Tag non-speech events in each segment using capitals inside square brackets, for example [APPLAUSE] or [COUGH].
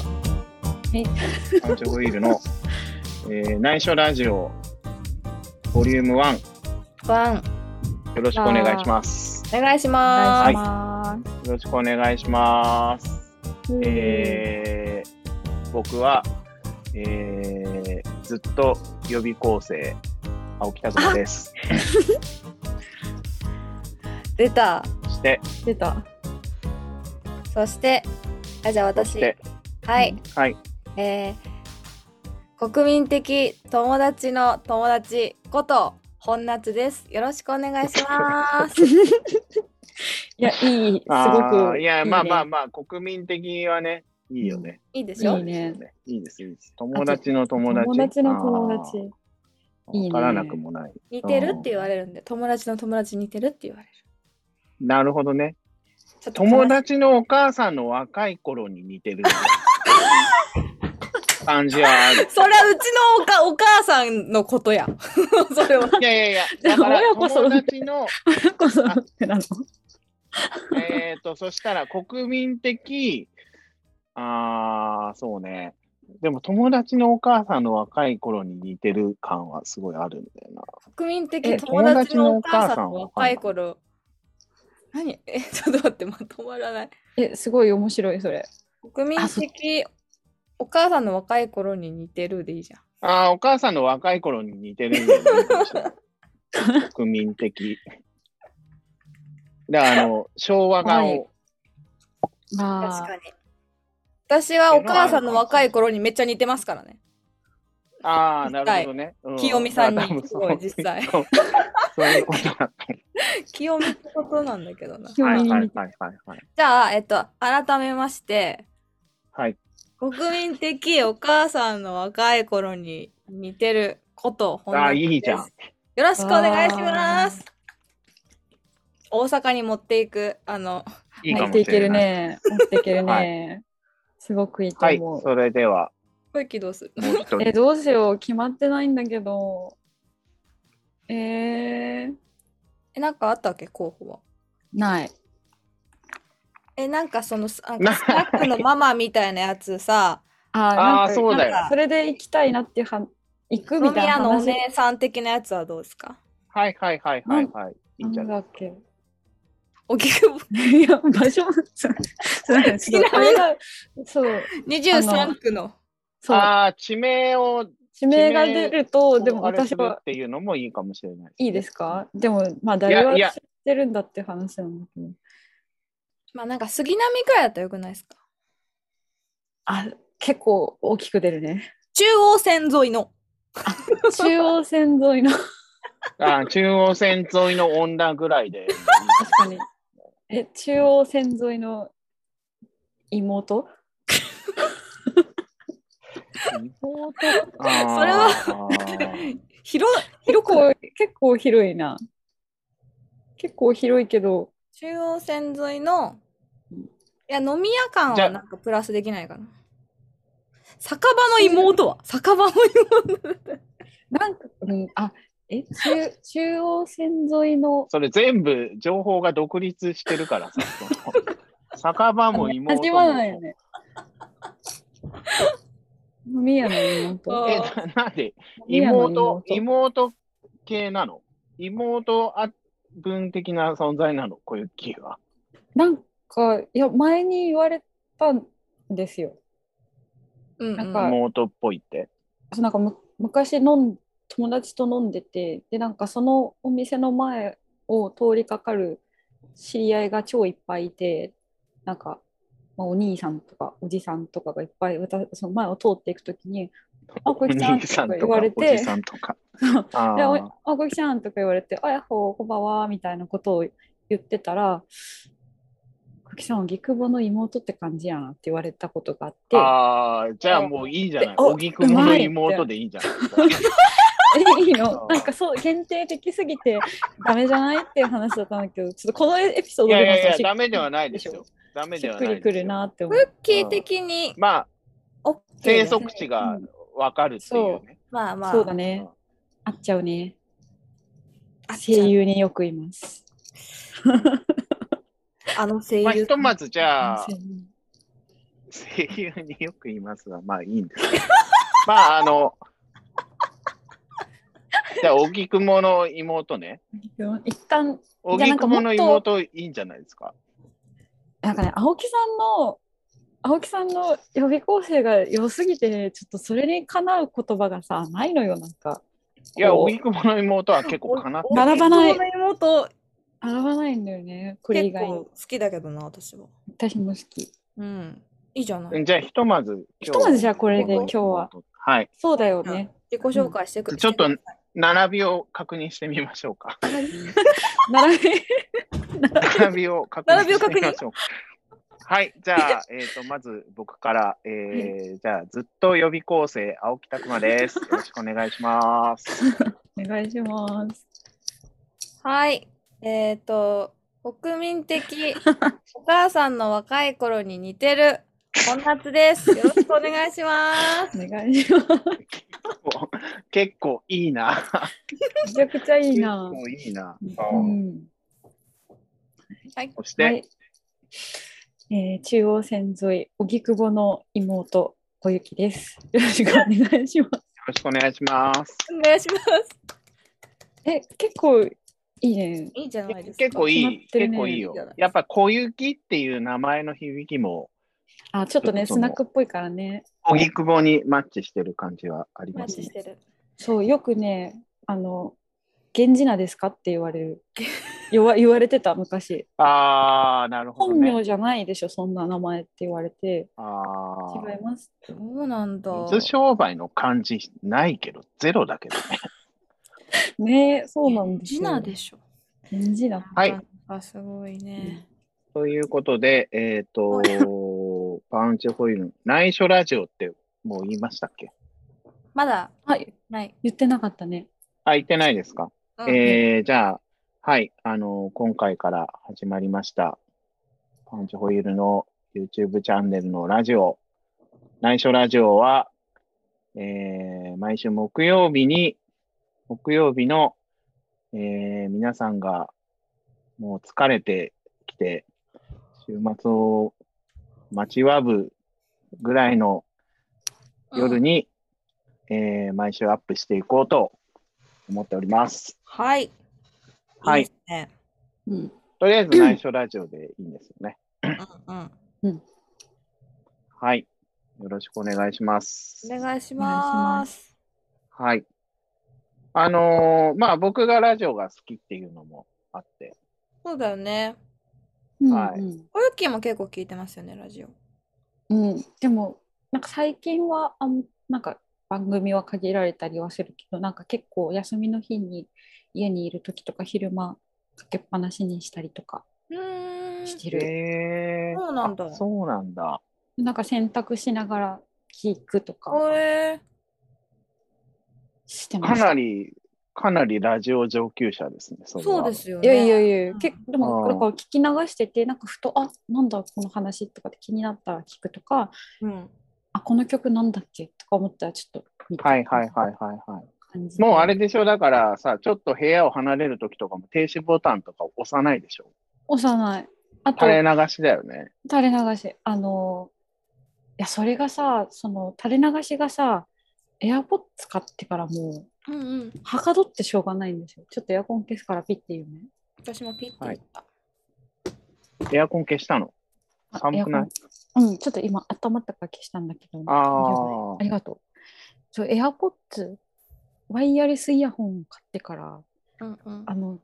はい。アンチョブイール [LAUGHS] の、えー内緒ラジオボリューム1ワン、よろしくお願いします。お願いしお願ます。いしまよろしくお願いします。す。えー僕は、えーずっと予備校生青木拓です。出た、そして出た。そして、あ、じゃあそ私し。てはい、はいえー国民的友達の友達こと、本夏です。よろしくお願いしま [LAUGHS] す。いや、いい、すごあーく。いやまあまあね。まあ国民的はねいいよね。いいでいいしょいいでねすよねいいですいいです。友達の友達。友達の友達。あー。いいねわからなくもない。似てるって言われるんで、友達の友達似てるって言われる。なるほどね。ちょっと友達のお母さんの若い頃に似 [LAUGHS] てる感じはある。それはうちのおかお母さんのことや。 [LAUGHS] それは。いやいやいや、だから親子揃友って達の、親子揃ってなの。えっと、そしたら国民的、ああ、そうね。でも友達のお母さんの若い頃に似てる感はすごいあるんだよな。国民的え友達のお友達のお母母ささんんのは若い頃。何え、ちょっと待って、まとまらない。 [LAUGHS] え、すごい面白い、それ。国民的お母さんの若い頃に似てるでいいじゃん。ああ、お母さんの若い頃に似てるんだ [LAUGHS] よね国民的。だから、あの、昭和顔、はいま確かあ、に。私はお母さんの若い頃にめっちゃ似てますからね。ああ、なるほどね。う清美さんにだから多分すごいそう実際そうそういうことだった。 [LAUGHS] 清美ってことなんだけどな。興はい味はいに。はいはいはい。じゃあ、えっと、改めまして、はい。国民的お母さんの若い頃に似てること、本ああ、田いいじゃでんす。よろしくお願いします。大阪に持っていく、あの、いい持かっもていしけれるない。ね。持っていけるね。すごくいいとはい、思う。それでは、声起動する。もう一人。 [LAUGHS] え、どうしよう、決まってないんだけど。えー、え、なんかあったっけ、候補は。ない。え、なんかその、すなんなかいスナックのママみたいなやつさ、あーあなんあ、かそうだよなん。かそれで行きたいなっていうは、行くみ飲みたいな屋のお話。姉さん的なやつはどうですかはいはいはいはいはい。いいんじゃなんないだっけ。おぎくぼ [LAUGHS] いや、場所も、そう、そうなんです。ちなみにあれが、そう、 23区の。そう、ああ、地名を、地名が出ると、でもあれ私するはっ、ていうのもいいかもしれない。いいですかでも、まあ、誰がい知やっいやてるんだって話なんだけど。まあなんか杉並くらいだったらよくないですかあ、結構大きく出る [LAUGHS] ね。中央線沿いの。中央線沿いの、確あー中央線沿いの女ぐらいで。かに。 [LAUGHS] え、中央線沿いの妹 [LAUGHS] 妹それは広い、結構、結構広いな。結構広いけど、中央線沿いの、いや、飲み屋感じゃはあなんかプラスできないかな。酒場の妹は酒場の妹。なんか、うん、あ、え、中、中央線沿いの、それ全部情報が独立してるからさ。その酒場も妹も。味わわないよね。飲み屋の妹。え、ななんで飲み屋の [LAUGHS] 妹、妹系なの妹あ分的な存在なの小雪は。なんか、いや、前に言われたんですよ。うん、なんかはい妹っぽいって。そうなんかむ昔飲ん友達と飲んでて、で、なんかそのお店の前を通りかかる知り合いが超いっぱいいて、なんか、まあ、お兄さんとかおじさんとかがいっぱい私その前を通っていくときに、あ、こおいつさん兄とさかん言とかわれおじて、さんとか。 [LAUGHS] いやおああ、ごきちゃんとか言われて、あやっほー、こんばんは、みたいなことを言ってたら、ごきさんはぎくぼの妹って感じやなって言われたことがあって、あー、じゃあもういいじゃない。あおぎくもの妹でいい [LAUGHS] じゃない。え、 [LAUGHS] いいのあーなんかそう、限定的すぎてダメじゃないっていう話だったんだけど、ちょっとこのエピソーいドやいでもやそういや、ダメではないですよ。。ダメしでっはくないりですくよ。るなって思クう。ッキー的にまあ、 OK で生す、息地がわかるっていうね。まあまあ。そうだうねん。合っちゃうね。あ声優によくいます。あの声優。まあ、ひとまずじゃあ声、優声優によく言いますが、まあいいんですけど。 [LAUGHS] まああの、じゃあ、荻窪の妹ね。一旦、じゃあ荻なんかも窪っとの妹いいんじゃないですか。なんかね、青木さんの、青木さんの予備校生が良すぎて、ちょっとそれにかなう言葉がさ、ないのよ、なんか。いや、こう荻窪の妹は結構かなって。並ばない荻窪の妹洗わないんだよね、これ以結外に構好きだけどな、私は。私も好き。うん。いいじゃない。じゃあ、ひとまずひとまずじゃあこれで今日は。はい。そうだよね。自己紹介してくれ、ちょっと並びを確認してみましょうか。 [LAUGHS] 並び、並びを確認してみましょうか。はい、じゃあ、えっ、と、まず僕から、えー、じゃあ、ずっと予備校生、青木拓磨です。よろしくお願いします。お願いします。はい。えっ、と、国民的お母さんの若い頃に似てる本夏です。よろしくお願いします。お願いします。結構いいな。めちゃくちゃいいな。結構いいな。うん。そして、はい。えー、中央線沿い、荻窪の妹、小雪です。よろしくお願いします。よろしくお願いします。お願いします。え、結構いいね。いいじゃないですか。結構い決まい、ってるね結構いいよいいじゃない。やっぱ小雪っていう名前の響きも、あ、ちょっとね、ちょっとスナックっぽいからね。荻窪にマッチしてる感じはありマまッすチしね。てる。そう、よくね、あの、源氏名ですかって言われる。 [LAUGHS] 言わ言われてた、昔。あー、なるほど本ね。名じゃないでしょ、そんな名前って言われて。あー違います。そうなんだ。水商売の漢字ないけど、ゼロだけどね。 [LAUGHS] ねそうなんですジよ。ナでしょ。源氏名。はいなんかすごいね。ということで、えっ、と、パウンチホイールの内緒ラジオってもう言いましたっけまだはい、ない。言ってなかったね。あ、言ってないですか、うんえー、じゃあ、はい、あの、今回から始まりました、パウンチホイールの YouTube チャンネルのラジオ、内緒ラジオは、えー、毎週木曜日に、木曜日の、えー、皆さんがもう疲れてきて、週末を待ちわぶぐらいの夜。うんに、えー毎週アップしていこうと思っております。はい。はいいですね。うん。とりあえず内緒ラジオでいいんですよね。うんうん。はい。よろしくお願いします。お願いしお願いしま。ますはい。あのーまあ僕がラジオが好きっていうのもあって、そうだよね。はいうん小雪も結構聞いてますよね、ラジオ。うん。うんでも、なんか最近は、あんなんか番組は限られたりはするけど、なんか結構休みの日に家にいる時とか昼間かけっぱなしにしたりとかうーん。してる。へーそうなんだあそうなんだ。なんか洗濯しながら聞くとかこれ、してまかした。なり、かなりラジオ上級者ですね。それはそうですよいね。やいやいや、うん結構であもーだから聞き流してて、なんかふと、あなんだこの話とかって気になったら聞くとか、うん。あこの曲なんだっけとか思ったらちょっと見てはいはいはいはいはい。感じでもうあれでしょ、だからさ、ちょっと部屋を離れるときとかも停止ボタンとか押さないでしょ。幼い。あと、垂れ流しだよね。垂れ流し。あの、いや、それがさ、その垂れ流しがさ、エアポッツ買ってからもう、うんうん。はかどってしょうがないんですよ。ちょっとエアコン消すからピッて言うね。私もピッて言った。エアコン消したの。あ寒くないエアコンうん、ちょっと今、温まったから消したんだけど。あありがとう。そう、エアポッツ、ワイヤレスイヤホンを買ってから、うんうんあ。の、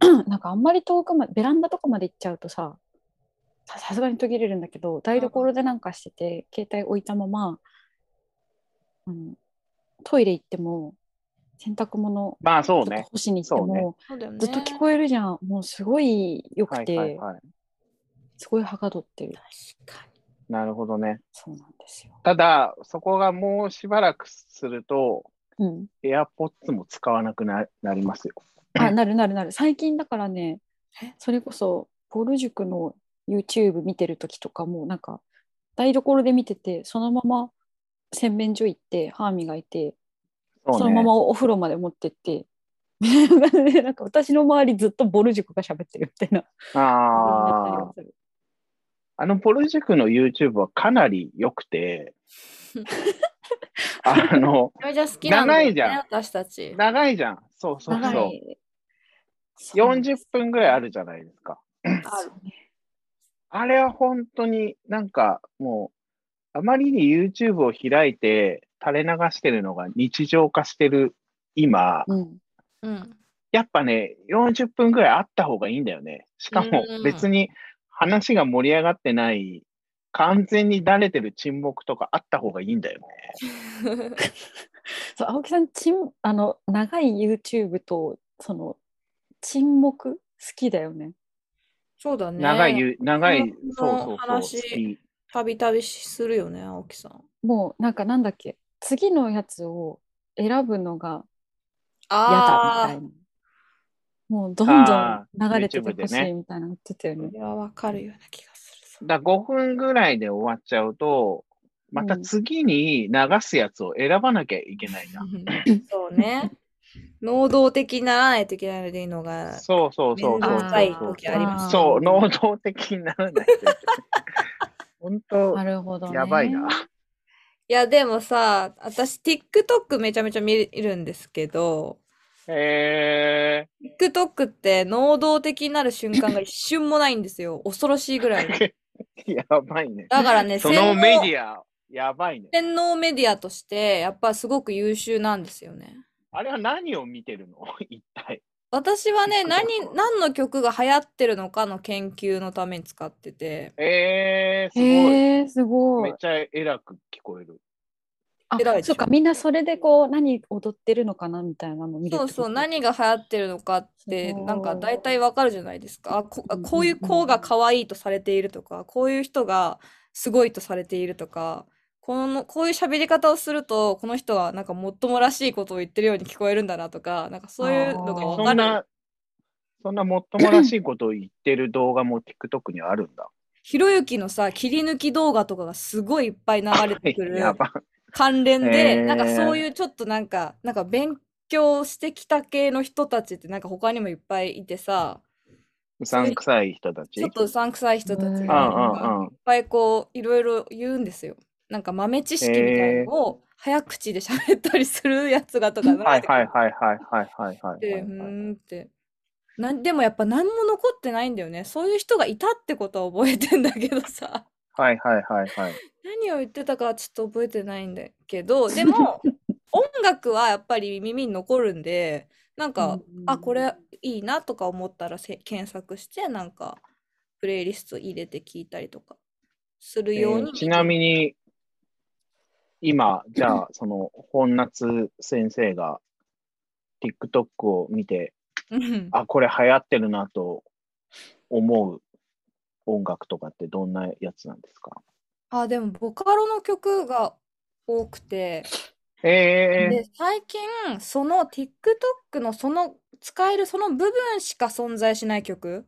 [CLEARS THROAT] なんかあんまり遠くまで、ベランダとかまで行っちゃうとさ、ささすがに途切れるんだけど、台所でなんかしてて、携帯置いたまま、あのトイレ行っても、洗濯物、まあちょそっうとね。干しに行ってそうねも、そうだよね。ずっと聞こえるじゃん。もうすごい良はくいはいて、はい。すごいはかどってる。確かなるほどね。そうなんですよ。ただ、そこがもうしばらくすると、うん。エアポッツも使わなくななりますよ。 [LAUGHS] あ、なるなるなる。最近だからねえ、それこそ、ポール塾の YouTube 見てる時とかも、なんか、台所で見てて、そのまま洗面所行って、歯磨いて、そうね、そのままお風呂まで持ってって、 [LAUGHS] みたいな感じで、なんか私の周りずっとボル塾が喋ってるみたいな。ああ、そんな感じがするあのポルジェクの YouTube はかなり良く [LAUGHS] て、あの、めちゃめちゃ好きなんだよ長ねいじゃん私たち。長いじゃん。そうそう長そい。う。40分ぐらいあるじゃないですか。分あるね。あれは本当になんかもう、あまりに YouTube を開いて垂れ流してるのが日常化してる今、うん。 [LAUGHS] うん。やっぱね、40分ぐらいあった方がいいんだよね。しかもうん別に話が盛り上がってない、完全に慣れてる沈黙とかあった方がいいんだよね。そう、青木さん、ちん、あの、長い YouTube と、その、沈黙、好きだよね。そうだね。長いゆ、長い、そそううそうそう、話好きたびたびするよね、青木さん。もう、なんか、なんだっけ、次のやつを選ぶのが嫌だあみたあいな。もう、どんどんあー流れてて YouTube でほしねいみたいなの言ってたよねー、。それはわかるような気がする。だから5分ぐらいで終わっちゃうと、またうん次に流すやつを選ばなきゃいけないな。 [LAUGHS] そうね。能動的にならないといけないのでいいのが、そうそうそう面そう倒くさいそう時あります。そう、能動的にならないといけ [LAUGHS] ない。本な当、るほど、ね。やばいな。いや、でもさ、私、TikTok めちゃめちゃ見るんですけど、え TikTok って能動的になる瞬間が一瞬もないんで [LAUGHS] すよ。恐ろしいぐらい。ー、やばいね。だからね、 [LAUGHS] そのメアディア、やばいね。天皇メディアとして、やっぱすごく優秀なんですよね。あれは何を見てるの [LAUGHS] 一体。私はね、 TikTok 何、何の曲が流行ってるのかの研究のために使ってて、えー、すごい。へえ、すごめいっ。ちゃ偉く聞こえる。あ偉いでしょそうかみんなそれでこう何踊ってるのかなみたいなの見るそうそう、何が流行ってるのかって、すごいなんか大体わかるじゃないですか。あこあうんうんうんこういう子が可愛いとされているとか、こういう人がすごいとされているとか、この、こういう喋り方をすると、この人はなんかもっともらしいことを言ってるように聞こえるんだなとか、なんかそういうのがあーわそかんる。な、そんなもっともらしいことを言ってる動画も TikTok にはあるんだ。ひろゆきのさ、切り抜き動画とかがすごいいっぱい流れてく [LAUGHS] る。やば。関連で、へーなんかそういうちょっとなんか、なんか勉強してきた系の人たちってなんか他にもいっぱいいてさ、うさんくさい人たち。ちょっとうさんくさい人たちうんがなんうんうんうんかいっぱいこういろいろ言うんですよ。なんか豆知識みたいのを早口で喋ったりするやつがとか流はれいてくるはいはいはいはいはいはで、うい。ーんって。なんでもやっぱ何も残ってないんだよね。そういう人がいたってことは覚えてんだけどさ。 [LAUGHS] はいはいはいはい。何を言ってたかはちょっと覚えてないんだけどでも [LAUGHS] 音楽はやっぱり耳に残るんでなんか、うんあこれいいなとか思ったらせ検索してなんかプレイリスト入れて聞いたりとかするように、えーちなみに、今、じゃあ、その、本夏先生が TikTok を見て、うんあ、これ流行ってるなと思う音楽とかってどんなやつなんですかあでもボカロの曲が多くてえー、で最近その TikTok のその使えるその部分しか存在しない曲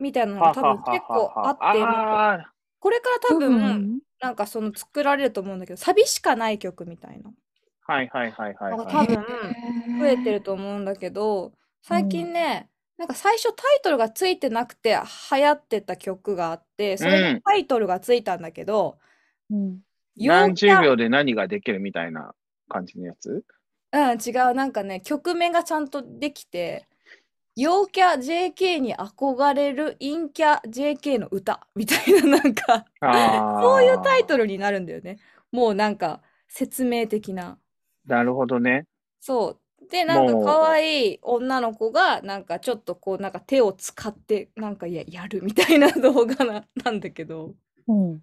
みたいなのが多分結構あってなんかあこれから多分、うんなんかその作られると思うんだけどサビしかない曲みたいなーはいはいはいはい、のがは多い。分増えてると思うんだけど最近ね、なんか最初タイトルがついてなくて流行ってた曲があってそれうんにタイトルがついたんだけど、うん陽何キ十ャ秒で何ができるみたいな感じのやつうん違うなんかね曲名がちゃんとできて陽キャ JK に憧れる陰キャ JK の歌みたいななんかそそういうタイトル。ルになるんだよねもうなんか説明的な。なるほどね。そう。で、なんもうか可愛い女の子が、なんかちょっとこう、なんか手を使って、なんかややるみたいな動画ななんだけど、うん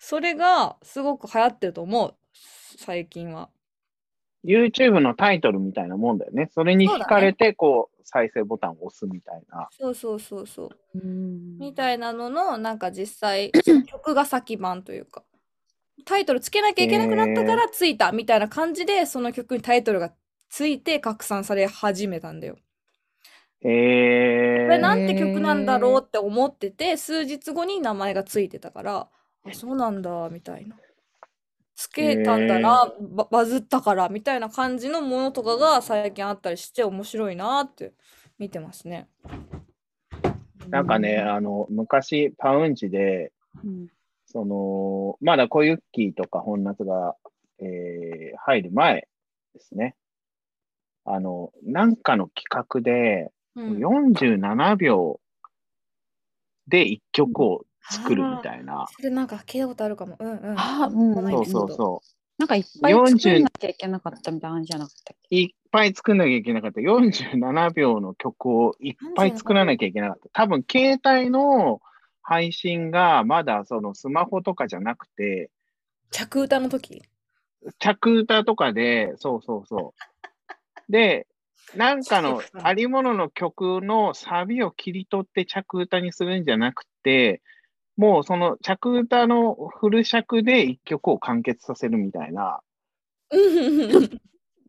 それがすごく流行ってると思う、最近は。 YouTube のタイトルみたいなもんだよね。それに惹かれて、こう、再生ボタンを押すみたいな。そうそうそうそう。うんみたいなのの、なんか実際、曲が先版というか、タイトルつけなきゃいけなくなったからついたみたいな感じで、その曲にタイトルがついて拡散され始めたんだよ。えこれなんて曲なんだろうって思ってて数日後に名前がついてたからあそうなんだみたいなつけたんだな、ババズったからみたいな感じのものとかが最近あったりして面白いなって見てますねなんかね、あの、昔、パウンジで、うんその、まだ小ユッキーとか本夏が、えー入る前ですね。あの、なんかの企画で、うん47秒で1曲を作るみたいな。それなんか聞いたことあるかも。うんうん。あうんこのそ間うそうそう。なんかいっぱい40作んなきゃいけなかったみたいな話じゃなかったっけいっぱい作んなきゃいけなかった。47秒の曲をいっぱい作らなきゃいけなかった。多分、携帯の配信がまだそのスマホとかじゃなくて、着歌の時着歌とかで、そうそうそう。で、なんかのそうかありものの曲のサビを切り取って着歌にするんじゃなくて、もうその着歌のフル尺で一曲を完結させるみたいなうんうんうん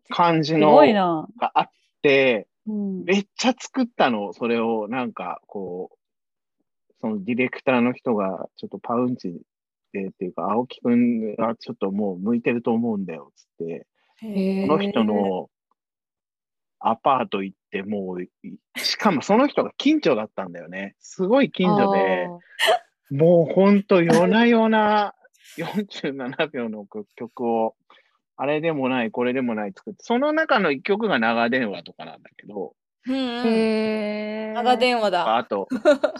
感じすのごいな。があって、うんめっちゃ作ったの、それをなんかこう、そのディレクターの人がちょっとパウンチでっていうか、青木くんがちょっともう向いてると思うんだよ、つって。へそえの人のアパート行って、もうい、しかもその人が近所だったんだよね。すごい近所で、もうほんと夜な夜 [LAUGHS] な47秒の曲を、あれでもない、これでもない作って、その中の一曲が長電話とかなんだけど、うあんうー。ん。へー長電話だ。あ [LAUGHS] と、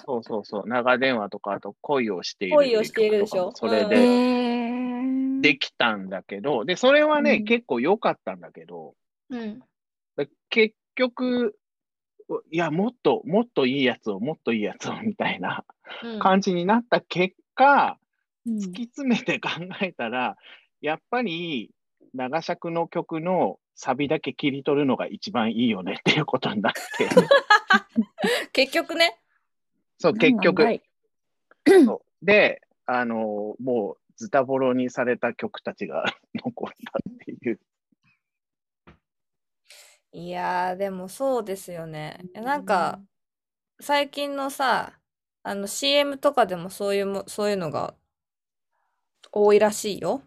そうそうそう、長電話とか、あと恋をしている。恋をしているでしょそれうんでへーできたんだけど、で、それはね、うん結構良かったんだけど、うん。で結局、いや、もっと、もっといいやつを、もっといいやつを、みたいなうん感じになった結果、うん突き詰めて考えたら、やっぱり、長尺の曲のサビだけ切り取るのが一番いいよねっていうことにな [LAUGHS] って、結局ね。そう、結なんだ局。いそうで、あのもう、ズタボロにされた曲たちが残ったっていう。いやーでもそうですよね。いやなんか最近のさ、あの CM とかでもそういうも、そういうのが多いらしいよ。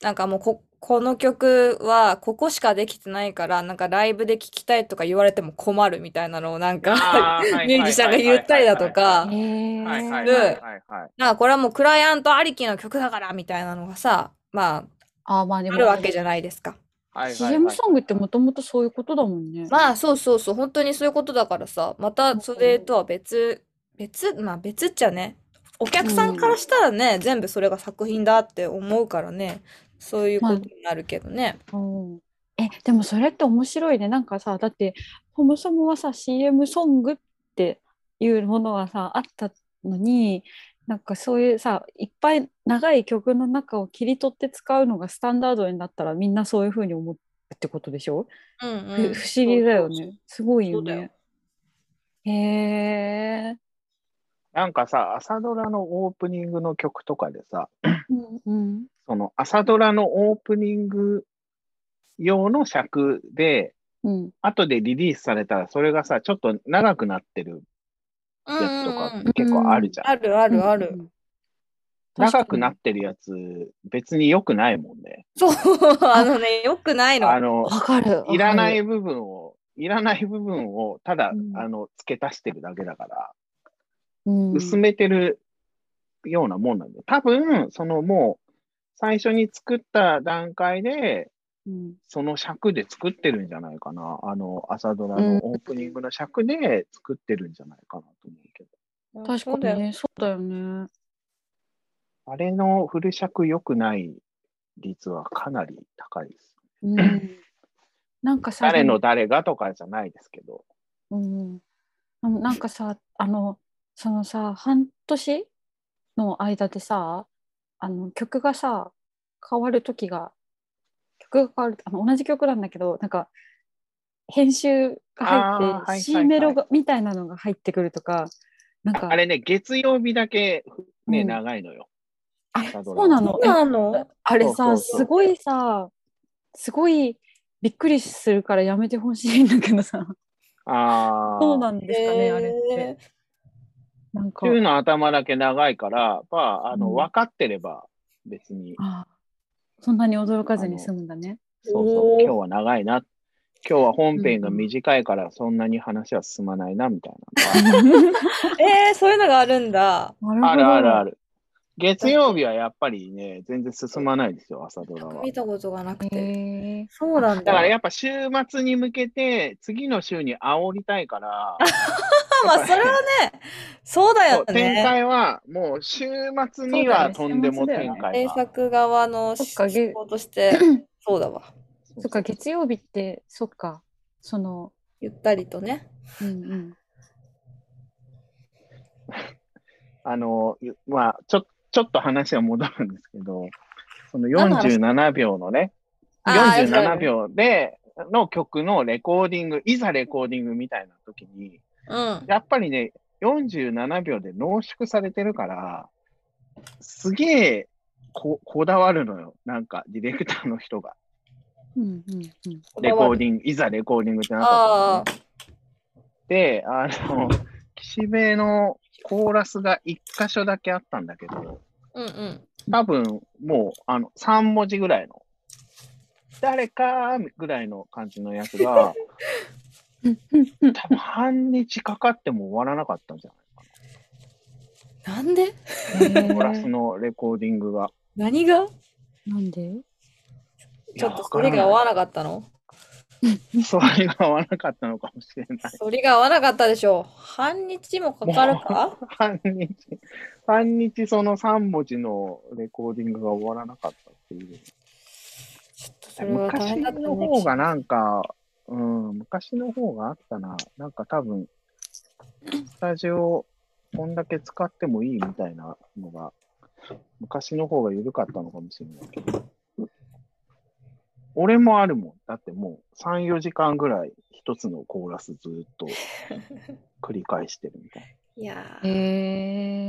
なんかもうこ、この曲はここしかできてないから、なんかライブで聞きたいとか言われても困るみたいなのをなんか、ミュージシャンが言ったりだとか、へーはいはいはいはいはい。 [LAUGHS] なんかこれはもうクライアントありきの曲だからみたいなのがさ、まあーまあであ、あもるわけじゃないですか。はいはいはい CM ソングってもともとそういうことだもんね。まあそうそうそう本当にそういうことだからさまたそれとは別別まあ別っちゃねお客さんからしたらね、全部それが作品だって思うからねそういうことになるけどね、うんえでもそれって面白いねなんかさだってそもそもはさ CM ソングっていうものはさあったのになんかそういうさいっぱい長い曲の中を切り取って使うのがスタンダードになったらみんなそういうふうに思うってことでしょ、うんふうん不思議だよねすごいよそうだよね。へえ。なんかさ、朝ドラのオープニングの曲とかでさ、うんうんその朝ドラのオープニング用の尺で、うん後でリリースされたら、それがさ、ちょっと長くなってるうやんつとうんかうん結構あるじゃん。あるあるある、うんうん長くなってるやつ、別に良くないもんね。そうあのねよくないのあの、わかる。いらないわか部る。分を、いらない部分をただ、うんあの、付け足してるだけだから、うん薄めてるようなもんなんで、多分、そのもう、最初に作った段階で、うんその尺で作ってるんじゃないかな。あの、朝ドラうんのオープニングの尺で作ってるんじゃないかなと思うけど。確かそうだよにね、そうだよね。あれのフル尺良くない率はかなり高いです。うん [LAUGHS] なんかさ、誰の誰がとかじゃないですけど。うん、なんかさ、あの、そのさ、半年の間でさ、あの曲がさ、変わる時が、曲が変わる、あの同じ曲なんだけど、なんか、編集が入あーはいはっいはて、い C メロがみたいなのが入ってくるとか、なんか、あれね、月曜日だけね、うん長いのよ。あ朝ドラそうなのそうなのあれそうさ、そうそうすごいさ、すごいびっくりするからやめてほしいんだけどさ、ああ。そうなんですかね、あれって。へーなんか、週の頭だけ長いから、まあ、あの、うん分かってれば別に、ああそんなに驚かずに済むんだね。そうそおう、ー今日は長いな。今日は本編が短いから、そんなに話 [LAUGHS] は進まないな、みたいなのが。えー、そういうのがあるんだなるほどあるあるある。月曜日はやっぱりね、全然進まないですよ、朝ドラは。見たことがなくて。へえ。そうなんだだ。からやっぱ週末に向けて、次の週に煽りたいから、 [LAUGHS] まあまあそれはね、そうだそうよ展ね。開はもう週末にそうだはねとんでも展開制が。作側のそっ仕かげ事 [CLEARS THROAT] として、そうだわ。そっか、月曜日って、そっか、その、ゆったりとね。うんうん。あの、ゆまあ、ちょ、ちょっと話は戻るんですけど、その何の話47秒のね、あー47秒で、の曲のレコーディング、いざレコーディングみたいな時に、うん。やっぱりね、47秒で濃縮されてるから、すげえここだわるのよ。なんか、ディレクターの人が。うんうんうん。レコーィング。ディング、いざレコーディングってなった時にあねで、あの、岸辺のコーラスが1箇所だけあったんだけど、あ、うんうん。多分もう、あの、3文字ぐらいの、誰かーぐらいの感じのやつが、多分半日かかっても終わらなかったんじゃなんでないコーラスのレコーディングが。何がなんでちょっとそこれれが合わなかったの [LAUGHS] それが合わなかったのかもしれない。それが合わなかったでしょう。半日もかかるか [LAUGHS] 半日、半日その3文字のレコーディングが終わらなかったっていう。ちょっとそれは大昔変だったのね。方がなんか、うん、昔の方があったな。なんか多分、スタジオ、こんだけ使ってもいいみたいなのが、昔の方が緩かったのかもしれないけど。俺もあるもん。だってもう3、4時間ぐらい一つのコーラスずっと繰り返してるみたいいやーへ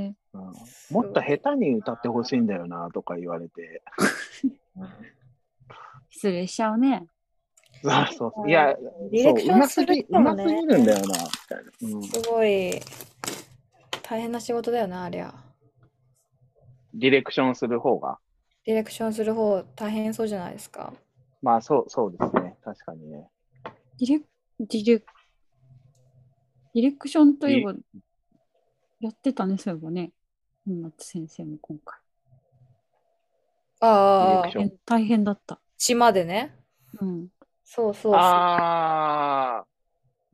え。な。うんもっと下手に歌ってほしいんだよなとか言われて。失礼しちゃうね。そうそうそう。いや、ディレクシそョンううまするぎ、人うもまねすぎるんだよな、みたいな。うんすごい大変な仕事だよな、ありゃ。ディレクションする方が。ディレクションする方大変そうじゃないですか。まあ、そう、そうですね。確かにね。ディレ、ディレ、ディレクションといえば、やってたね、そういえばね。本夏先生も今回。ディレあクあシ、ョン。大変だった。血までね。うん。そうそうそう。あ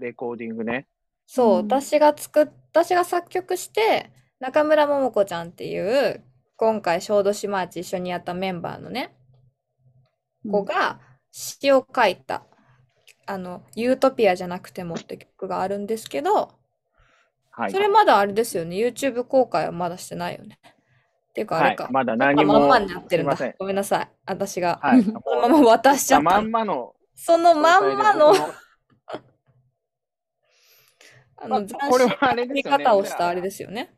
ー、レコーディングね。そう、うん私が作っ、私が作曲して、中村桃子ちゃんっていう、今回小豆島町一緒にやったメンバーのね、子が詩を書いた、あの、ユートピアじゃなくてもって曲があるんですけど、はい。それまだあれですよね、YouTube 公開はまだしてないよね。っていうか、あはれいか、。まだ何も。まんまになってるんだすいません。ごめんなさい。私が、 [LAUGHS] はい。うんそのまま渡しちゃっまた。んまの。そのまんまの、あの、あ斬これ新はあれですよねな見方をしたあれですよね。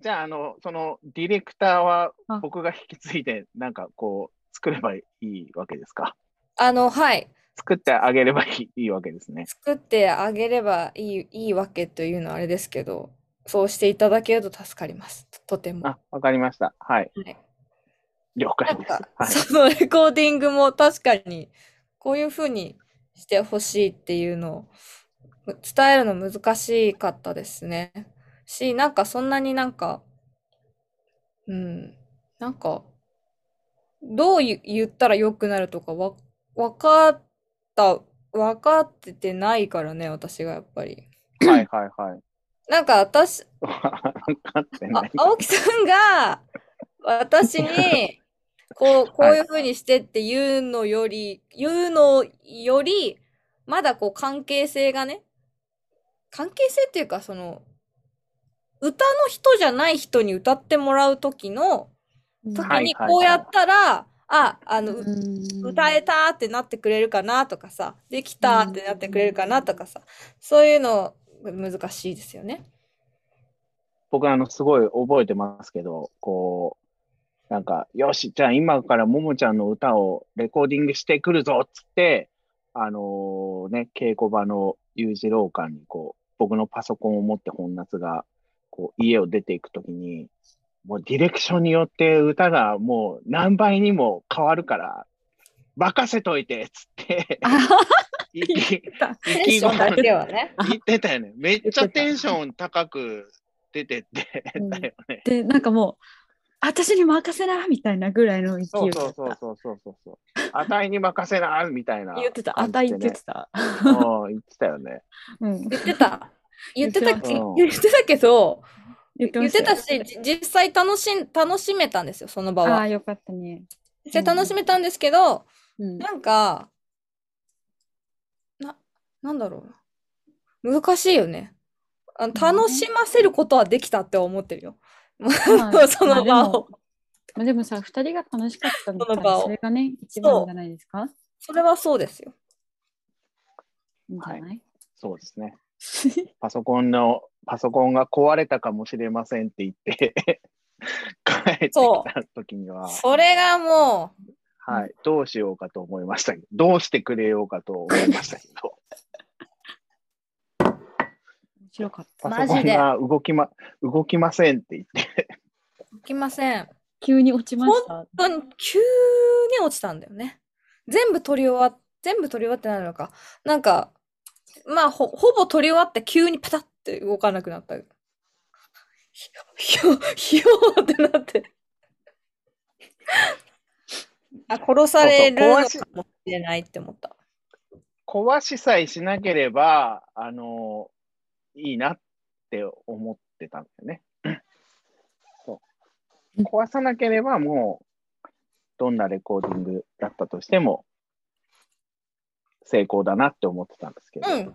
じゃあ、あの、その、ディレクターはあ僕が引き継いで、なんかこう、作ればいいわけですか。あの、はい。作ってあげればいいいいわけですね。作ってあげればいい、いいわけというのはあれですけど、そうしていただけると助かります。ととても。はあ、わかりました。はい。い。了な解んです。か、はい。そのレコーディングも確かに、こういうふうにしてほしいっていうのを伝えるの難しかったですね。し、なんかそんなになんか、うん、なんか、どう言言ったら良くなるとかわ、わかった、わかっててないからね、私がやっぱり。はいはいはい。なんか私、わかってなあい。青木さんが私にこうこういうふうにしてっていうのより、言うのよりまだこう関係性がね関係性っていうかその歌の人じゃない人に歌ってもらう時の時はいにこうやったら、ああの、歌えた。たってなってくれるかなとかさできたってなってくれるかなとかさそういうの難しいですよね。僕はあの、すごい覚えてますけど、こう、なんか、よし、じゃあ今からももちゃんの歌をレコーディングしてくるぞっつって、あのーね、稽古場の裕次郎館に、こう、僕のパソコンを持って本夏が、こう、家を出ていくときに、もうディレクションによって歌がもう何倍にも変わるから、任せといてっつって、 [LAUGHS] 意気テンションだけではね。言ってたよね。めっちゃテンション高く出てってたよね。で、なんかも私に任せなみたいなぐらいの勢い [LAUGHS] そうだそうっそうた。そうそうそうそう。あたいに任せなみたいな。言ってた、あ感たいじっでてね言ってた。うん言ってたよね。うん、言って [LAUGHS] た。言ってたけうん言ってたけど、言って言まっしたてよたし、じ実際楽しん楽しめたんですよ、その場ああ、は。よかったね。実際楽しめたんですけど、 [LAUGHS] うん、なんか、な、なんだろうな。難しいよね。あのうん楽しませることはできたって思ってるよ。まあそまあの場でもを。まあでもさ、二人が楽しかったんだったその場ら、をそれがね、一そ番うじゃないですかそれはそうですよ。いいんじゃない、そうですね。パソコンの、パソコンが壊れたかもしれませんって言って、 [LAUGHS] 帰ってきた時には、それがもう、はい、どうしようかと思いましたけど、どうしてくれようかと思いましたけど、面白かった。パ [LAUGHS] マソコジンでが動きま、動きませんって言って、できません。急に落ちました。本当に急に落ちたんだよね。全部取り終わっ、全部取り終わってないのか。なんか、まあ、ほ、ほぼ取り終わって急にパタッて動かなくなった。 [LAUGHS] ひよ、ひよ、ひよーってなって。あ、殺されるのかもしれないって思った。壊しさえしなければ、あの、いいなって思ってたんだよね。そう壊さなければもう、どんなレコーディングだったとしても、成功だなって思ってたんですけど、うん。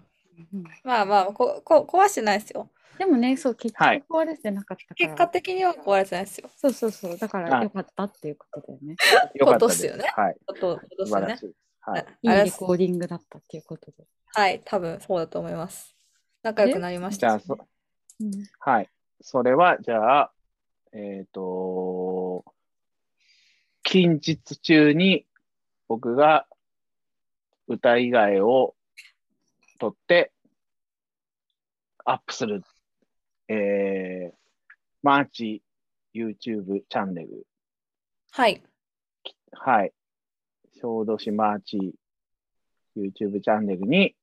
まあまあ、こ、こ、壊してないですよ。でもね、そう、結はい局壊れてなかったから。結果的には壊れてないですよ。そうそうそう、だからはいよかったっていうことだよね。よかったです。ことっすよねはい、ちょっと、ちょっ素と晴ねらしい。です。はい、いいあれレコーディングだったっていうことで。はい、多分そうだと思います。仲良くなりましじたゃしあ、そうんはい。それは、じゃあ、えっ、と、近日中に僕が歌以外を撮ってアップする、えー、マーチ YouTube チャンネル、はい。はい。小豆島マーチ YouTube チャンネルに、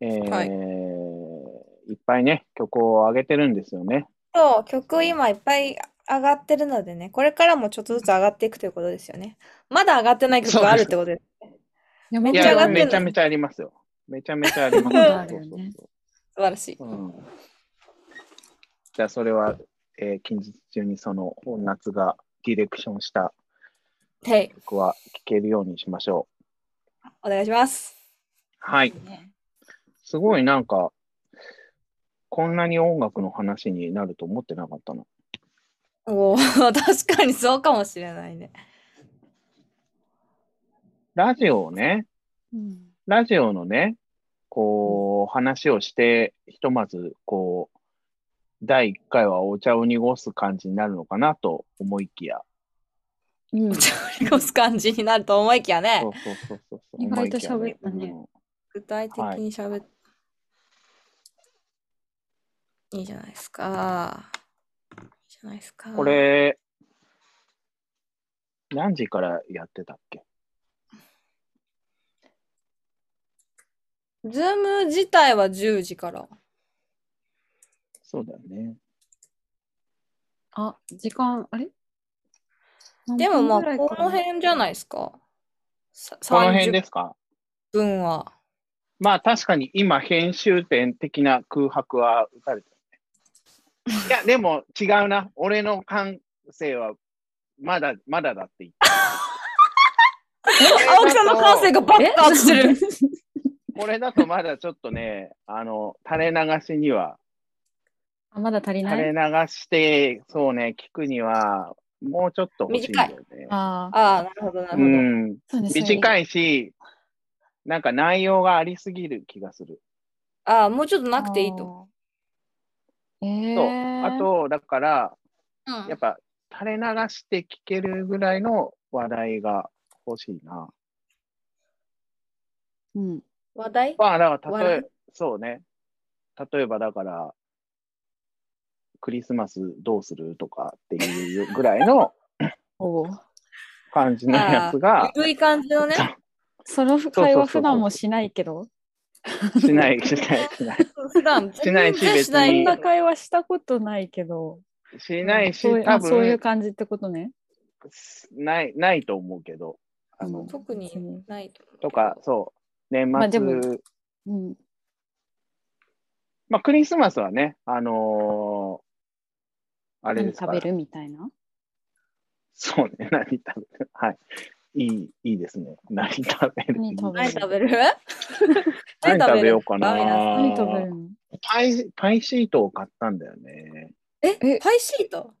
えー、はいっぱいね、曲を上げてるんですよね。そう、曲今いっぱい上がってるのでね、これからもちょっとずつ上がっていくということですよね。まだ上がってない曲があるってことです。いやめいっちゃ上がや、ってんのめちゃめちゃありますよ。めちゃめちゃあり [LAUGHS] ます。まだあるよねそうそう素晴らしい。そううんじゃあ、それは、えー近日中にその、本夏がディレクションしたはい、曲は聴けるようにしましょう。お願いします。はい。ねすごいなんか、こんなに音楽の話になると思ってなかったな。おお、確かにそうかもしれないね。ラジオをね、うんラジオのね、こう、話をして、ひとまず、こう、第1回はお茶を濁す感じになるのかなと思いきや。うんお茶を濁す感じになると思いきやねそう。そうそうそうそう。意外と思いき喋っやたねねうん具体的に喋って、い、いじゃないですか。いいじゃないですか。これ、何時からやってたっけズーム自体は10時から。そうだよね。あ、時間、あれでもま何分あ、ぐらいこかなの辺じゃないですか。さこの辺30ですか分は。まあ確かに今編集点的な空白は打たれてるね。いや、でも違うな。俺の感性はまだ、まだだって言って [LAUGHS] 青木さんの感性がバッとアップしてる。これだとまだちょっとね、あの、垂れ流しには、 [LAUGHS] あまだ足りな垂れい。流して、そうね、聞くには、もうちょっと欲しいんだよね。ああ、ああ、なるほど、なうるほど。ん。そうですね。短いし、なんか内容がありすぎる気がする。ああ、もうちょっとなくていいと。と。ええそうー。あと、だから、うんやっぱ垂れ流して聞けるぐらいの話題が欲しいな。うん、話題まあ、だから、例笑えい、そうね。例えば、だから、クリスマスどうするとかっていうぐらいのおう感じのやつが、緩い感じのね。そのそう会そう話普段もしないけど、しない、しない、しない。普段しないし全然しな別そいんにな会話したことないけど、しないし、そういう多 [LAUGHS] あそういう分感じってことね。ない、ないと思うけど、あの、特にないと思うけどとか、そう、年末、ままああでもうん。クリスマスはね、あのーあれで何すか食らべるみたいな。そうね、 [LAUGHS] 何食べる。はい。いい、いいですね。何食べる何食べ何食べる何何食べようかな食べるかあー何食べるのパイ、パイシートを買ったんだよね。え、えパイシート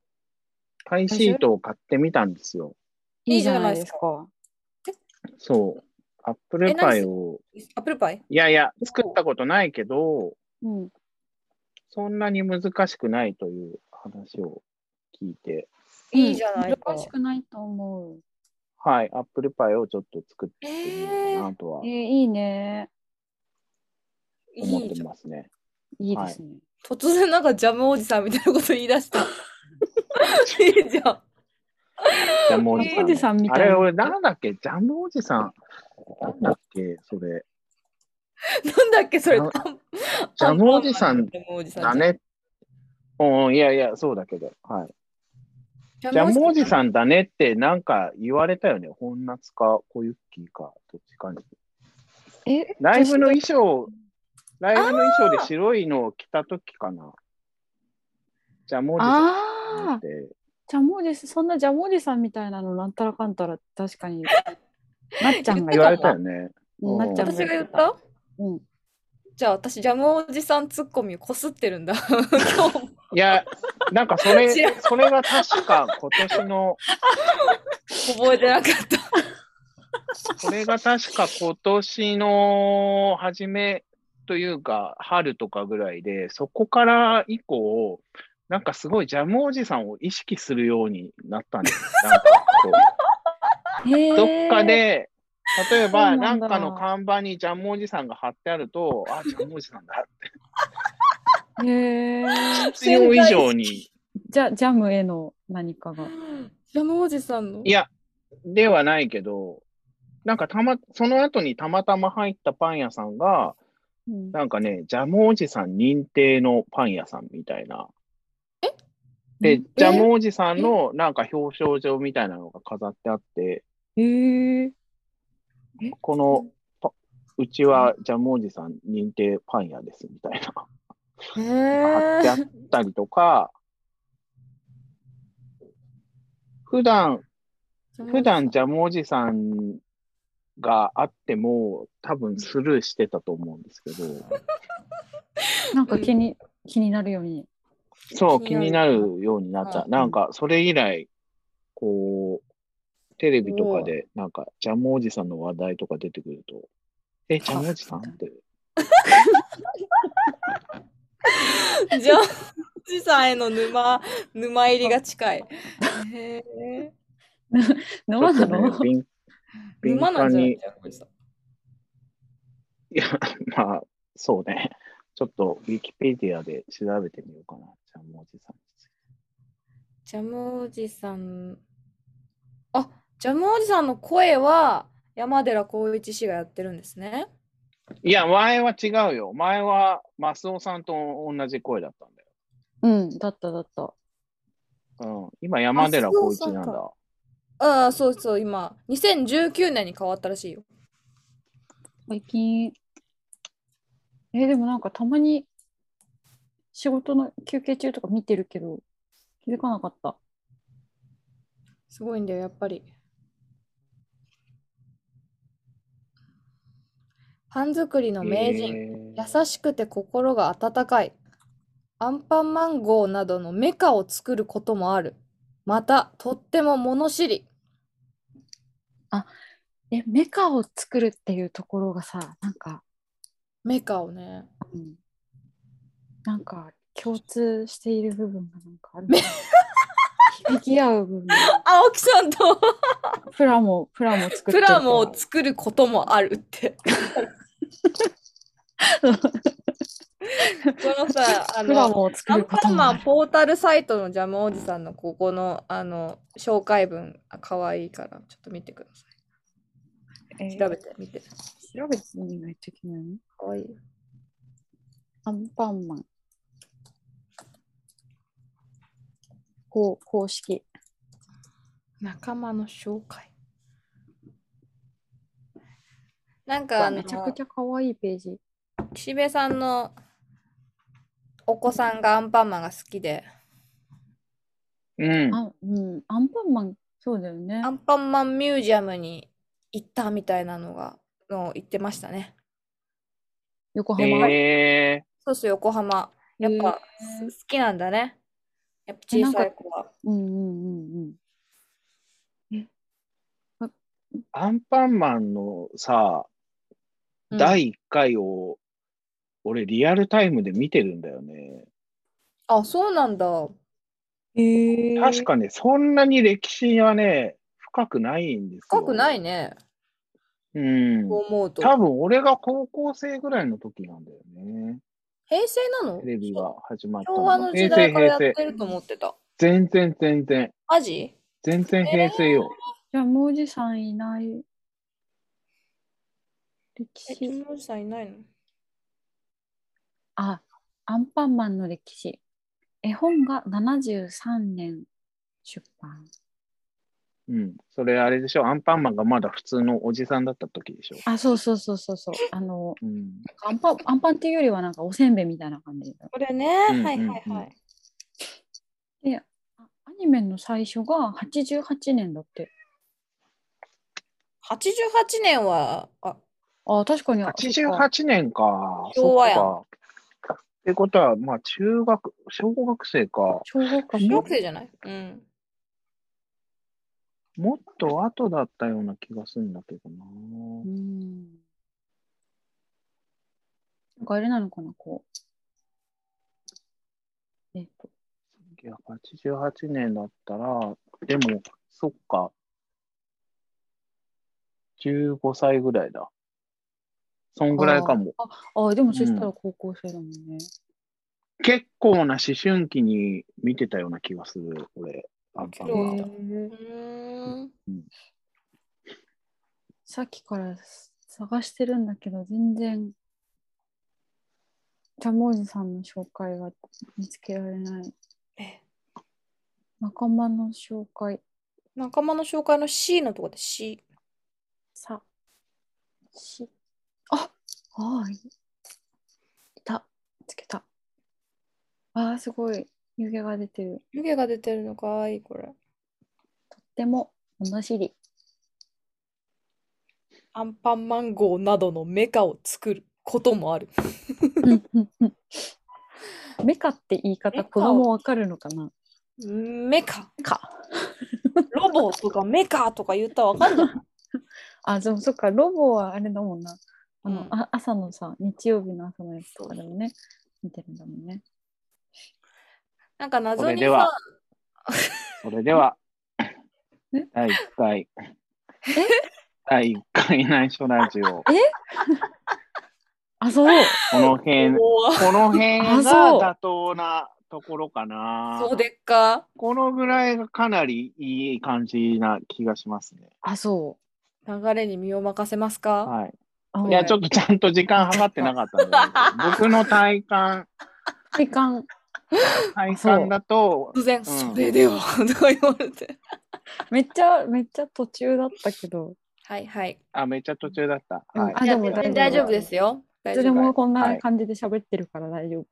パイシートを買ってみたんですよ。いいいいじじゃゃなないいでですすか。そう。アップルパイを。アップルパイいやいや、作ったことないけど、うん。そんなに難しくないという話を聞いて、いいじゃないか難しくないと思う。はい、アップルパイをちょっと作ってえみようかなとはえー、いいね。思っいいてじゃん。ますね。いいですね。突然なんかジャムおじさんみたいなこと言い出した。いいじゃん。ジャムおじジャムおじささん。んみたいあなれ、俺、なんだっけジャムおじさん。なんだっけそれ。なんだっけそれ。ジャムアンジャムおじさんジャムおじさんじゃだん。ね。うん、いやいや、そうだけど。はい。ジジャムおじん。さんだねってなんか言われたよね。本夏か小ユッキーか、どっちかに。え、ライブの衣装、ライブの衣装で白いのを着たときかな。ジャムおじさんだねっああ、て。ジャムおじさん、そんなジャムおじさんみたいなの、なんたらかんたら、確かに。なっちゃんが言言わっれてたたよ。ね。うんなっちゃん私が言っ言ってたうん。じゃあ私ジャムおじさんツッコミをこすってるんだ。今日もいや、なんかそれ知ら、それが確か今年の、覚えてなかった。それが確か今年の初めというか、春とかぐらいで、そこから以降、なんかすごいジャムおじさんを意識するようになったんです。なんかこ [LAUGHS] うどっかで、例えばそうななんだんかの看板にジャムおじさんが貼ってあると、あ、ジャムおじさんだって、へえ。必要以上に。じゃ、ジャムへの何かが。ジャムおじさんの。いや、ではないけど、なんかたま、その後にたまたま入ったパン屋さんが、うんなんかね、ジャムおじさん認定のパン屋さんみたいな。で、ジャムおじさんのなんか表彰状みたいなのが飾ってあって、へえ。このパ、うちはジャムおじさん認定パン屋ですみたいな。貼へってあっーたりとか、普段普段ジャムおじさんがあっても、多分スルーしてたと思うんですけど、なんか気に、気になるように。そう、気気ににななるるようになっあたう。んなんか、それ以来、こう、テレビとかで、なんか、ジャムおじさんの話題とか出てくると、え、ジャムおじさんって、ジャムおじさんへの沼、沼入りが近い。へえ。ちょ沼っとなねの、敏 [LAUGHS] 敏沼な感んじゃないに、いジャムおじさん。や、まあ、そうね。ちょっと、ウィキペディアで調べてみようかな、ジャムおじさんについて。ジャムおじさん。あ、ジャムおじさんの声は山寺宏一氏がやってるんですね。いや、前は違うよ。前は、マスオさんと同じ声だったんだよ。うん、だっただった。うん、今、山寺宏一なんマスオさだんか。ああ、そうそう、今、2019年に変わったらしいよ。最近。えーでもなんかたまに仕事の休憩中とか見てるけど、気づかなかった。すごいんだよ、やっぱり。パン作りの名人、人優しくて心が温かい。アンパンマンゴーなどのメカを作ることもある。また、とっても物知り。え、メカを作るっていうところがさ、なんか、メカをね。うん、なんか共通している部分がなんかあるな。響き合う部分。青木さんとプラも、プラも作ってプるからラモを作ることもある [LAUGHS] って。このさ、あプラの、モを作アンるこパとンもマあンる。ポータルサイトのジャムおじさんのここの、あの、紹介文、あ可愛いから、ちょっと見てくださえい。ー調べて、見て。調べてみないといけないの可愛いアンパンマン。こう公式。仲間の紹介。なんかあのめちゃくちゃ可愛いページ。岸辺さんのお子さんがアンパンマンが好きで、うん。あうん、アンパンマン、そうだよねア。ンパンマンミュージアムに行ったみたいなのが、の言ってましたね。横浜。えそうそう、横浜。やっぱ、へーす好きなんだね。やっぱえ小なんかさい子は。うんうんうんうん。ー、アンパンマンのさ、うん第1回を、俺リアルタイムで見てるんだよね。あ、そうなんだ。へ確かね、そんなに歴史はね、深くないんですよ。深くない。ね。うん。こう思うと。多分俺が高校生ぐらいの時なんだよね。平成なのテレビが始まった昭和のがの平時成、代からや平っ成。てると思ってた。全然、全然。マジ全然平成よ。じゃあ、もうおじさんいない。歴え、キ史。ムおじさんいないのあ、アンパンマンの歴史。絵本が73年出版。うん。それあれでしょ。アンパンマンがまだ普通のおじさんだった時でしょ。あ、そうそうそうそうそう。あの、うん。アンパン、アンパンっていうよりはなんかおせんべいみたいな感じだ。これね、うんはいはいうんうはんい。で、あアニメの最初が88年だって。 88年は、あ、あ、確かに。 88年か。昭和やんそっかってことは、まあ、中学、小学生か。小学校小学生じゃないうん。もっと後だったような気がするんだけどな。うんなんかあれなのかな、こう。えっと、 88年だったら、でも、そっか。15歳ぐらいだ。そんぐらいかも。ああ、でもそしたら高校生だもんね。結構な思春期に見てたような気がする、俺。アンパンうマンんへだー。うーん。さっきから探してるんだけど、全然、ジャムおじさんの紹介が見つけられない。え、仲間の紹介、仲間の紹介の C のとこで C。さ、し、あああ、いいた、見つけた。ああ、すごい、湯気が出てる。湯気が出てるのかわいい、これ。とっても物知 [LAUGHS] り。アンパンマン号などのメカを作ることもある。 [LAUGHS] メカって言い方メカ子供わかるのかなメカ、か。ロボとかメカとか言ったらわかんない。あ、でもそっか、ロボはあれだもんな。あの、うんあ朝のさ、日曜日の朝のやつとかでもね、見てるんだもんね。なんかこ謎れにでさは、それではえ、第1回、第1回内緒ラジオ、こあ、そう。の辺、こおーの辺あそうが妥当なところかな。そうでっか。このぐらいがかなりいい感じな気がしますね。あ、そ流れに身を任せますかはい。う。いや、ちょっっとちゃんと時間計ってなかったんで、 [LAUGHS] 僕の体感、と体感。体感だと、突然、んそれでは、とか言われて。めっちゃ、めっちゃ途中だったけど。はいはい。あ、めっちゃ途中だった。うんはい。あでも全然大大丈夫丈夫ですよ。い大つ丈で夫。もこんはない感じで喋ってるから大丈夫。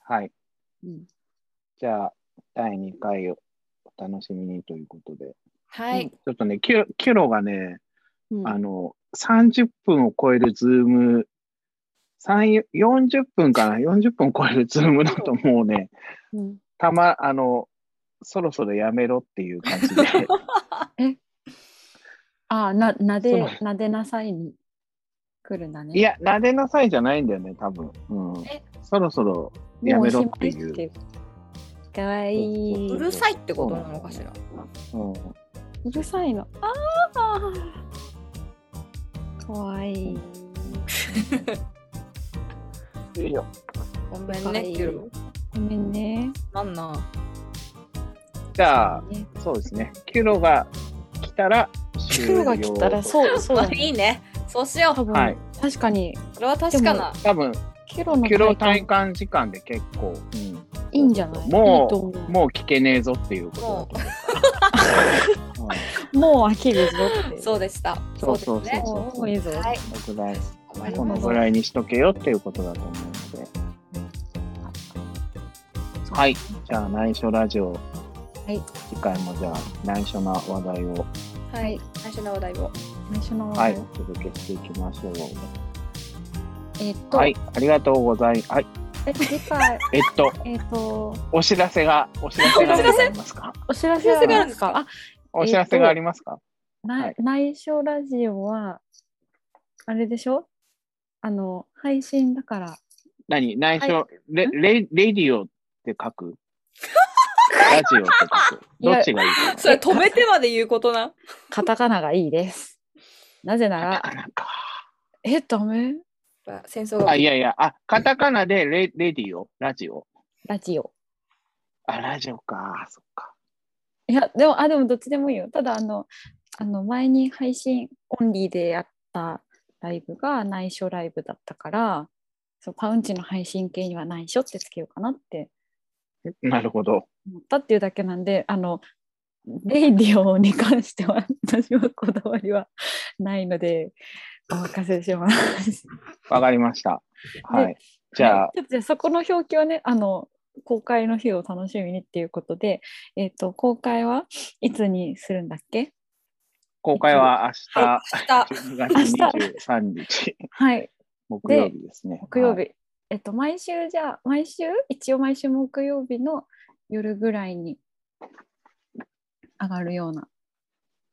はい。うんじゃあ、第2回をお楽しみにということで。はうんいち。ょっとね、キュキュロがね、うんあの、30分を超えるズーム、3 40分かな ?40 分を超えるズームだともう [LAUGHS] ね、うんたま、あの、そろそろやめろっていう感 [LAUGHS] じで、あ、な、なそうでなん、なでなさいに来るんだね。いや、なでなさいじゃないんだよね、多分。うんえ。そろそろやもうおめしろまい、っていう。かわいい。ううるさいってことなのかしら。うんるさいの。ああ。かわいい。いいよ。ごめんかわね、いいキュル。ごめんね。なんな。じゃあ、ねそうですね。キュロが来たら終了、黒が来たら、そう、そうだね。いいね。そうしよ多分、はい確かに、う。これは確かな。多分、キュロのキュロ体感感時間で結構、うんいいんじゃないいいとも思う、もう聞けねえぞっていうことだと思うから。うもう飽きるぞって。そうでした。そうそうそうそもういいぞ。うですね。はい。うんこのぐらい、わかりこまのしぐたらいにしとけよっていうことだと思うので。はい。じゃあ、内緒ラジオ、はい。次回もじゃあ、内緒な話題を、はい。最初の話題を。最初の、はい、お届けしていきましょう。えっと、はい。ありがとうございます。はい。え次回、えっと、えっと、お知らせが、お知らせが [LAUGHS] お知らせありますかお知らせありますお知らせがあるんかお知らせがありますか、あ、なはい内緒ラジオは、あれでしょあの、配信だから。何内緒、はレんレ、レディオって書 [LAUGHS] くラジオって書く。どっちがいいかなそれ止めてまで言うこ [LAUGHS] とな。カタカナがいいです。なぜな [LAUGHS] カタカら、ナか。え、ダメ戦争があ、いやいや、あ、カタカナでレレディオラジオラジオ。あ、ラジオか。そっか。いや、でも、あ、でもどっちでもいいよ。ただ、あの、あの前に配信オンリーでやったライブが内緒ライブだったから、そうパウンチの配信系には内緒ってつけようかなってなるほど。思ったっていうだけなんで、あの、レイディオに関しては、私はこだわりはないので、お任せします。わかりました。はい。じゃあ [LAUGHS] はい、ちょっとじゃあそこの表記はねあの公開の日を楽しみにっていうことで、えっと公開はいつにするんだっけ公開は明日、明日10月23日、はい木曜日ですね。木曜日、はいえっと毎週じゃあ毎週一応毎週木曜日の夜ぐらいに上がるような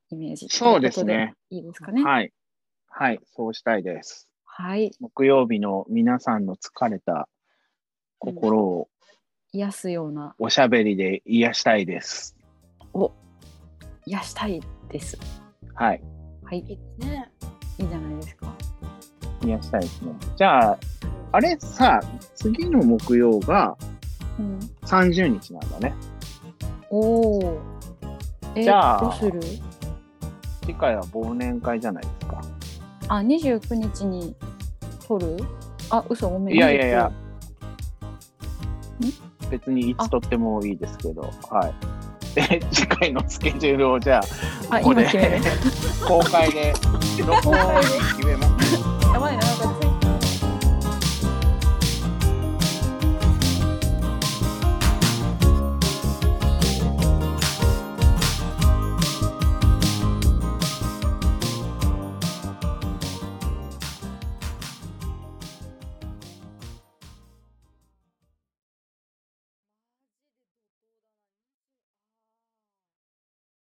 イメージそうですねということでいいですかねはい。はい。そうしたいです。はい木曜日の皆さんの疲れた心を癒すようなおしゃべりで癒したいです。を癒したいですはい、はいいいね。じゃないですか癒したいですね。じゃあ、あれさ、次の木曜がうん30日なんだね。おおえじゃあどうする次回は忘年会じゃないですか。あ、二十九日に撮る？あ、嘘ごめん。いやいやいや。別にいつとってもいいですけど、はい。で、次回のスケジュールをじゃあ、 [LAUGHS] あ、ここ今で決める。公開で、公開で決め